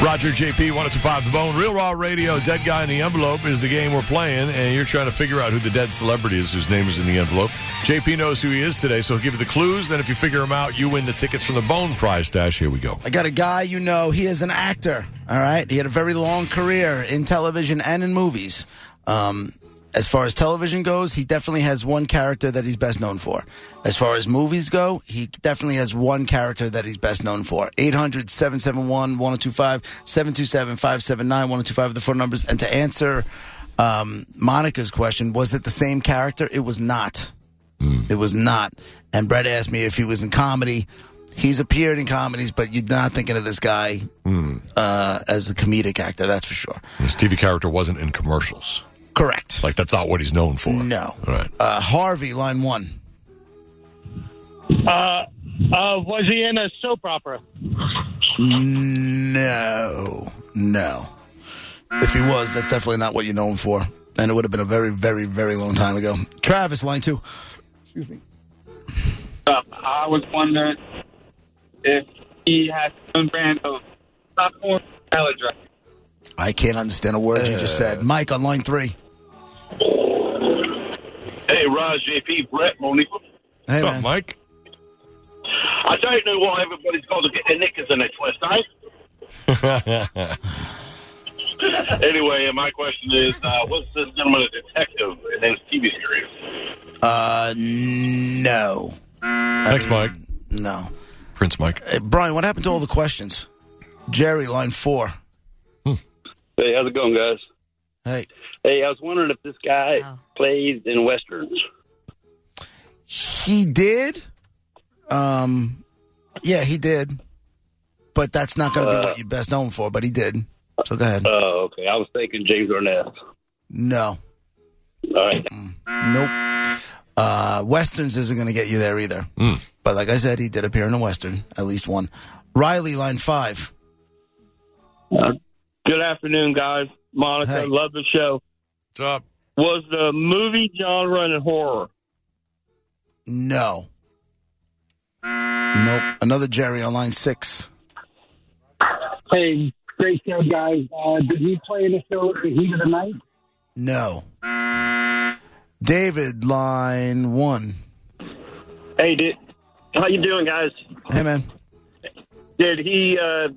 Roger JP 1025 The Bone. Real Raw Radio, Dead Guy in the Envelope is the game we're playing, and you're trying to figure out who the dead celebrity is whose name is in the envelope. JP knows who he is today, so he'll give you the clues. Then, if you figure him out, you win the tickets from the Bone Prize Stash. Here we go. I got a guy you know. He is an actor. All right. He had a very long career in television and in movies. Um, as far as television goes, he definitely has one character that he's best known for. As far as movies go, he definitely has one character that he's best known for. 800 771 1025 727 579 1025 the phone numbers. And to answer um, Monica's question, was it the same character? It was not. It was not. And Brett asked me if he was in comedy. He's appeared in comedies, but you're not thinking of this guy Hmm. uh, as a comedic actor, that's for sure. His TV character wasn't in commercials. Correct. Like, that's not what he's known for. No. All right. Uh, Harvey, line one. Uh, uh, was he in a soap opera? No. No. If he was, that's definitely not what you know him for. And it would have been a very, very, very long time ago. Travis, line two. up. I was wondering if he has some brand of popcorn salad dressing. I can't understand a word you just Uh. said. Mike on line three. Hey, Raj, JP, Brett, Monique. Hey, What's man. up, Mike? I don't know why everybody's got to get their knickers in a twist, eh? anyway, my question is, uh, was this gentleman a detective in his TV series? Uh, no. Thanks, Mike. No. Prince Mike. Hey, Brian, what happened to all the questions? Jerry, line four. Hey, how's it going, guys? Hey. Hey, I was wondering if this guy plays in westerns. He did. Um, yeah, he did. But that's not going to be what you're best known for. But he did. So go ahead. Oh, okay. I was thinking James Arnett. no, All right. nope. Uh, westerns isn't going to get you there either. But like I said, he did appear in a western, at least one. Riley, line five. Good afternoon, guys. Monica, Hey. love the show. What's up? Was the movie genre in horror? No. Nope. Another Jerry on line six. Hey, great show, guys. Uh, did he play in the show The Heat of the Night? No. David, line one. Hey, did how you doing, guys? Hey man. Did he uh,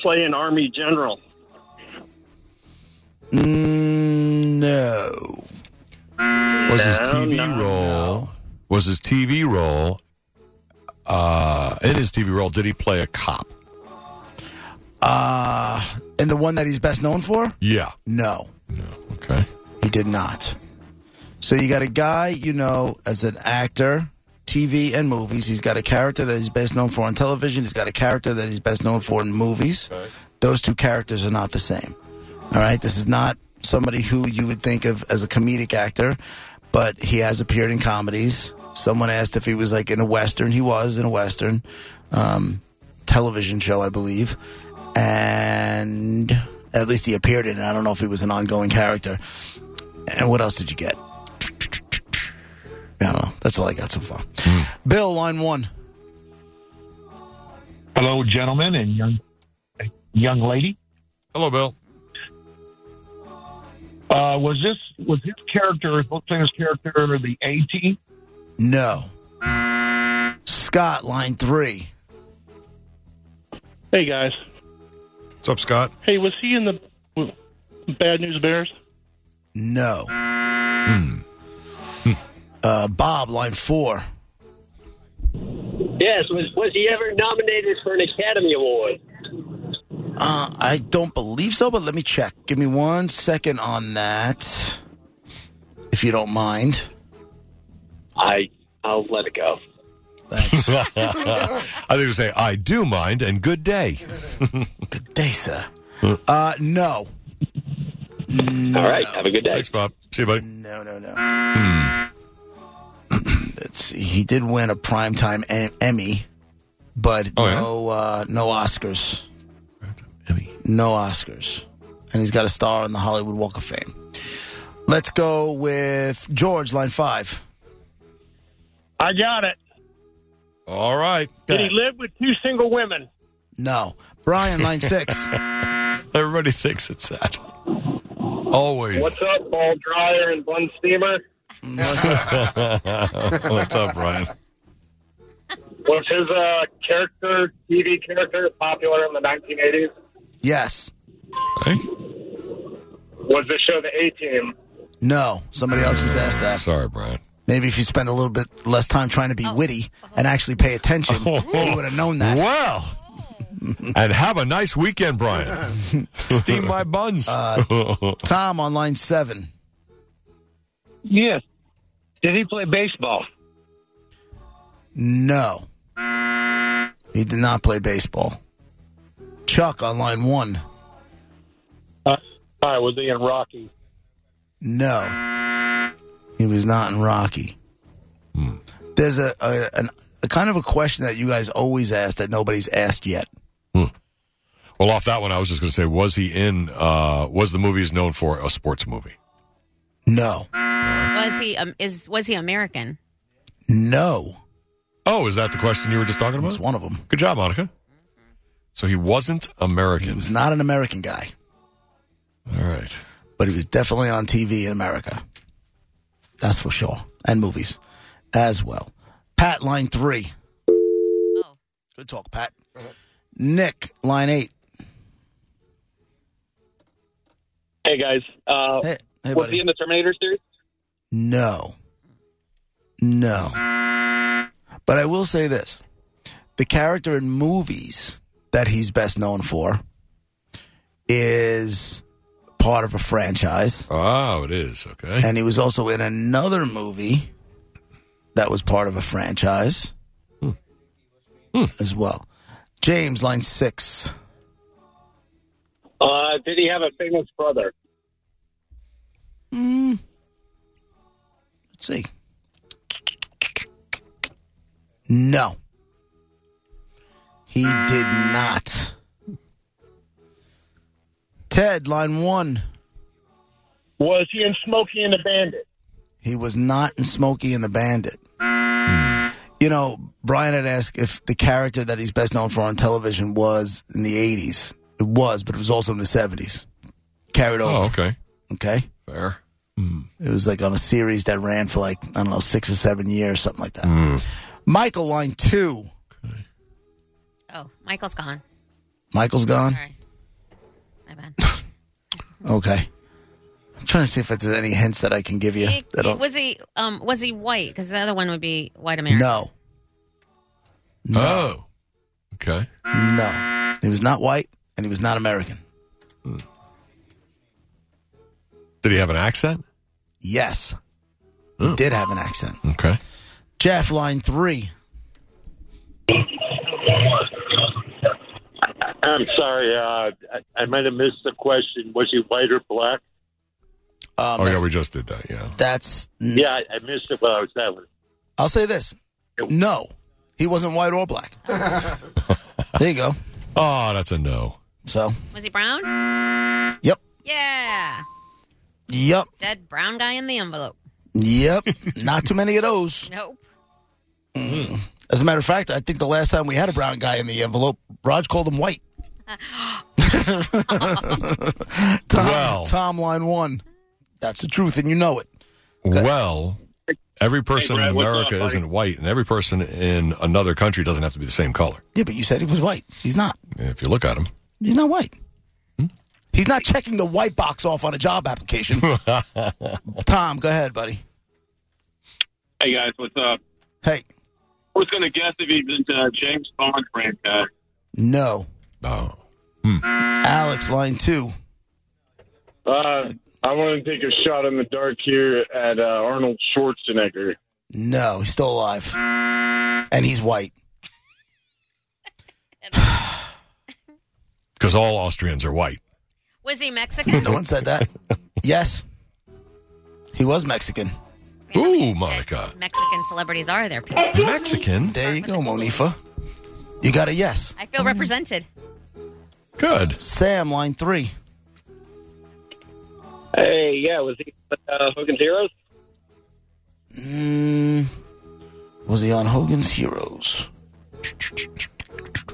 play an army general? Mm, no. Was his No, TV no, role? Was his TV role? Uh, in his TV role, did he play a cop? Uh, and the one that he's best known for? Yeah. No, No. Okay. he did not. So you got a guy, you know, as an actor, TV and movies. He's got a character that he's best known for on television. He's got a character that he's best known for in movies. Those two characters are not the same. All right, this is not somebody who you would think of as a comedic actor, but he has appeared in comedies. Someone asked if he was like in a western. He was in a western um, television show, I believe, and at least he appeared in it. I don't know if he was an ongoing character. And what else did you get? I don't know. That's all I got so far. Bill, line one. Hello, gentlemen and young young lady. Hello, Bill. Uh, was this was his character, Bookplayer's character, the A team? No. Scott, line three. Hey, guys. What's up, Scott? Hey, was he in the w- Bad News Bears? No. Uh, Bob, line four. Yes, was was he ever nominated for an Academy Award? Uh, I don't believe so, but let me check. Give me one second on that, if you don't mind. I I'll let it go. Thanks. I think we say I do mind and good day. Good day, sir. Uh, no. No. All right, have a good day. Thanks, Bob. See you, buddy. No, no, no. Hmm. Let's see. He did win a primetime em- Emmy, but Oh, yeah? no, uh, no Oscars. No Oscars. And he's got a star on the Hollywood Walk of Fame. Let's go with George, line five. I got it. All right. Did he live with two single women? No. Brian, line six. Everybody thinks it's that. Always. What's up, ball dryer and bun steamer? What's up, Brian? Was his uh, character, TV character, popular in the 1980s? Yes. Was the show The A Team? No. Somebody else just asked that. Sorry, Brian. Maybe if you spend a little bit less time trying to be witty and actually pay attention, you would have known that. Well, and have a nice weekend, Brian. Steam my buns. Uh, Tom on line seven. Yes. Did he play baseball? No. He did not play baseball. Chuck on line one. Hi, was he in Rocky? No. He was not in Rocky. There's a, a, an, a kind of a question that you guys always ask that nobody's asked yet. well, off that one, I was just going to say, was he in? Uh, was the movie is known for a sports movie? No. Was he um, is was he American? No. Oh, is that the question you were just talking about? It's one of them. Good job, Monica. So he wasn't He American. was not an American guy, All right. but he was definitely on TV in America. That's for sure. And movies as well. Pat, line three. Oh, Good talk, Pat. Nick, line eight. Hey guys, uh, Hey, hey was he buddy. in the Terminator series? No. No. But I will say this the character in movies that he's best known for is part of a franchise. Oh, it is. Okay. And he was also in another movie that was part of a franchise as well. James, line six. Uh, did he have a famous brother? Let's see. No. He did not. Ted, line one. Was he in Smokey and the Bandit? He was not in Smokey and the Bandit. You know, Brian had asked if the character that he's best known for on television was in the 80s. It was, but it was also in the 70s. Carried Oh, over. okay. Okay. Fair. It was like on a series that ran for like, I don't know, six or seven years, something like that. Michael, line two. oh, Michael's gone. Michael's gone. All right. My bad. Okay. I'm trying to see if there's any hints that I can give you. He- that he- I'll- was he um was he white? Because the other one would be white American. no. No. Oh. Okay. No. He was not white and he was not American. Did he have an accent? Yes. Oh. He did have an accent. Okay. Jeff, line three. I'm sorry. Uh, I, I might have missed the question. Was he white or black? Um, Oh, yeah, that's, we just did that. Yeah. that's- Yeah, I, I missed it while I was traveling. I'll say this. No. He wasn't white or black. there you go. Oh, that's a no. So, Was he brown? yep. Yeah. Yep. Dead brown guy in the envelope. Yep. not too many of those. Nope. As a matter of fact, I think the last time we had a brown guy in the envelope, Raj called him white. Tom, Well. Tom, line one. That's the truth, and you know it. Well, every person Brad, in what's up, America buddy? isn't white, and every person in another country doesn't have to be the same color. Yeah, but you said he was white. He's not. If you look at them, He's not white. He's not checking the white box off on a job application. Tom, go ahead, buddy. Hey guys, what's up? Hey, I was going to guess if he's into James Bond franchise. no. oh, Alex, line two. Uh, I want to take a shot in the dark here at uh, Arnold Schwarzenegger. No, he's still alive. And he's white. because all Austrians are white. Was he Mexican? No one said that. yes. He was Mexican. Man, how many Ooh, Monica. Mexican celebrities are there, people. Mexican. There you go, Monifa. You got a yes. I feel represented. Good. Sam, line three. Hey, yeah, was he uh, Hogan Heroes? Mm, was he on Hogan's Heroes?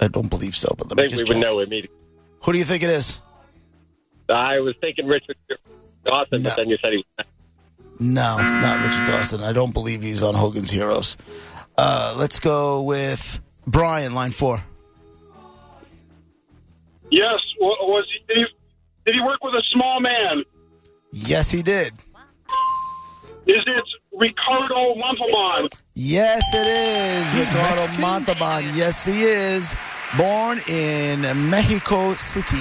I don't believe so, but I let me think we just would check. know immediately. Who do you think it is? I was thinking Richard Dawson, but then you said he was No, it's not Richard Dawson. I don't believe he's on Hogan's Heroes. Uh, let's go with Brian, line four. Yes. wa- Was he did, he? did he work with a small man? Yes, he did. Is it Ricardo Montalban? Yes, it is. Ricardo Montalban. Yes, he is. Born in Mexico City,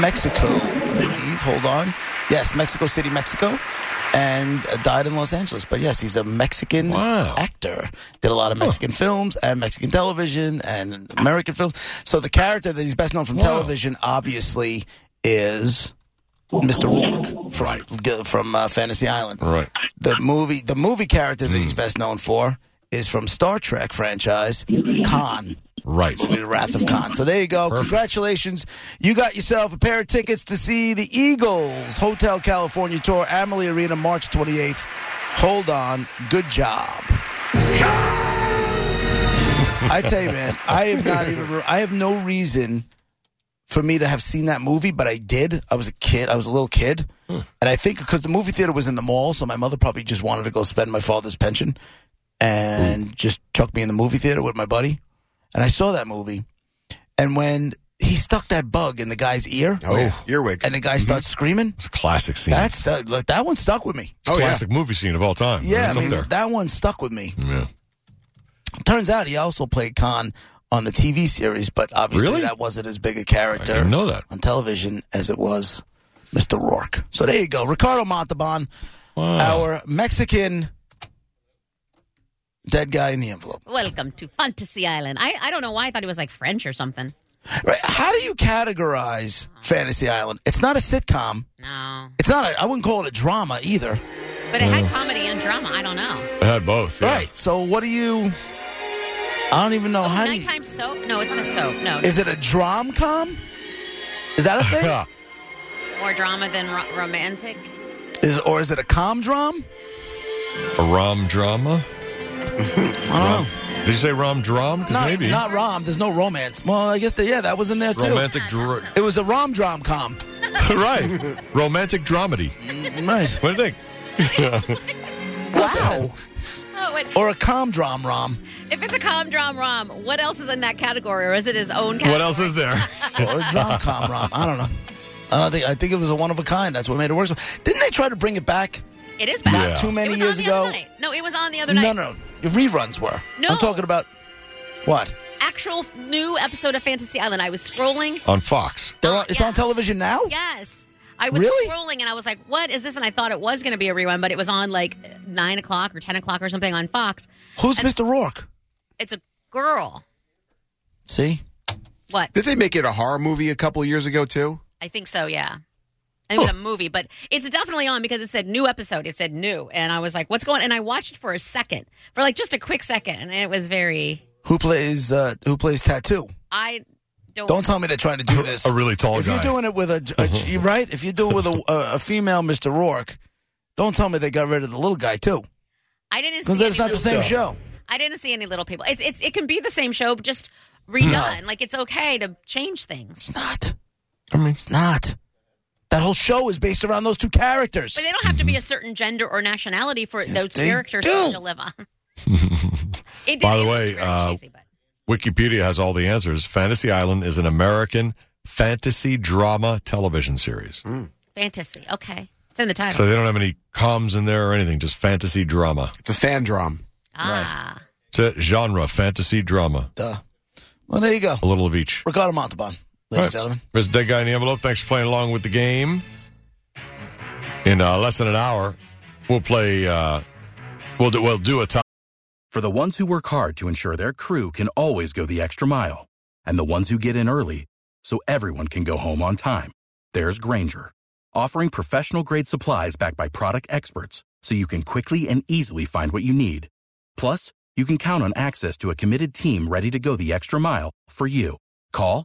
Mexico, I believe. Hold on. Yes, Mexico City, Mexico. And uh, died in Los Angeles. But yes, he's a Mexican actor. Did a lot of Mexican films and Mexican television and American films. So the character that he's best known from television, obviously, is Mr. Rourke from g- from uh, Fantasy Island. Right. The movie the movie character that he's best known for is from Star Trek franchise Khan. Right. The Wrath of Khan. So there you go. Congratulations. You got yourself a pair of tickets to see the Eagles Hotel California Tour, Amalie Arena, March 28th. Hold on. Good job. I tell you, man, I am not even. I have no reason for me to have seen that movie, but I did. I was a kid. I was a little kid, and I think because the movie theater was in the mall, so my mother probably just wanted to go spend my father's pension and just chucked me in the movie theater with my buddy, and I saw that movie. And when he stuck that bug in the guy's ear, Oh. earwig, and the guy starts screaming, It's a classic scene. that's that. Look, that one stuck with me. It's a classic movie scene of all time. Yeah, it's I mean, up there. that one stuck with me. yeah. Turns out he also played Khan on the TV series, but obviously Really? that wasn't as big a character. I didn't know that. on television as it was Mr. Rourke. So there you go, Ricardo Montalban, Wow. our Mexican dead guy in the envelope. Welcome to Fantasy Island. I, I don't know why I thought he was like French or something. Right? How do you categorize Fantasy Island? It's not a sitcom. No. It's not. A, I wouldn't call it a drama either. But it had comedy and drama. I don't know. I had both. yeah. Right. So what do you? I don't even know how. do you- Nighttime soap? No, it's not a soap. No. is it a drom com? Is that a thing? More drama than ro- romantic? is or is it a com drom? A rom drama? I Did you say rom drum? don't know. Oh. Not, maybe. not rom. There's no romance. Well, I guess that yeah, that was in there too. romantic dr- It was a rom drom com. right. Romantic dramedy. Right. What do you think? Wow. Oh, wait. or a com drom rom. If it's a com dram rom, what else is in that category? Or is it his own category? what else is there? Or a drom com rom. I don't know. I don't think I think it was a one of a kind. That's what made it work. So- Didn't they try to bring it back It is not bad. Yeah. too It many was years on the other ago? night. No, it was on the other night. No, no. Your reruns were. No. I'm talking about what? Actual new episode of Fantasy Island. I was scrolling. On Fox. They're on, it's Oh, yeah. on television now? Yes. I was Really? scrolling and I was like, what is this? And I thought it was going to be a rerun, but it was on like 9 o'clock or 10 o'clock or something on Fox. Who's Mr. Rourke? It's a girl. See? What? Did they make it a horror movie a couple years ago too? I think so, yeah. I think it was a movie, but it's definitely on because it said new episode. It said new. And I was like, what's going on? And I watched it for a second, for like just a quick second. And it was very, Who plays uh who plays tattoo? I don't. Don't tell me they're trying to do this. A really tall if guy. you're doing it with a, a- right, if you're doing it with a, a, a female Mr. Rourke, don't tell me they got rid of the little guy too, I didn't see because that's any not the same little- show. I didn't see any little people. It's, it's, it can be the same show, but just Hmm. redone. Like it's okay to change things. It's not. I mean, It's not. That whole show is based around those two characters. But they don't have to be a certain gender or nationality for Yes, those they characters do. to live on. It did, By the it was way, very uh, cheesy, but- Wikipedia has all the answers. Fantasy Island is an American fantasy drama television series. Hmm. fantasy. Okay, it's in the title. So they don't have any comms in there or anything, just fantasy drama. It's a fan drum. ah, It's a genre, fantasy drama. Duh. Well, there you go. A little of each. Ricardo Montalban, ladies All right. and gentlemen. There's Dead Guy in the Envelope. Thanks for playing along with the game. In uh, less than an hour, we'll play. Uh, we'll do, we'll do a top. For the ones who work hard to ensure their crew can always go the extra mile, and the ones who get in early so everyone can go home on time, there's Granger, offering professional grade supplies backed by product experts so you can quickly and easily find what you need. Plus, you can count on access to a committed team ready to go the extra mile for you. Call,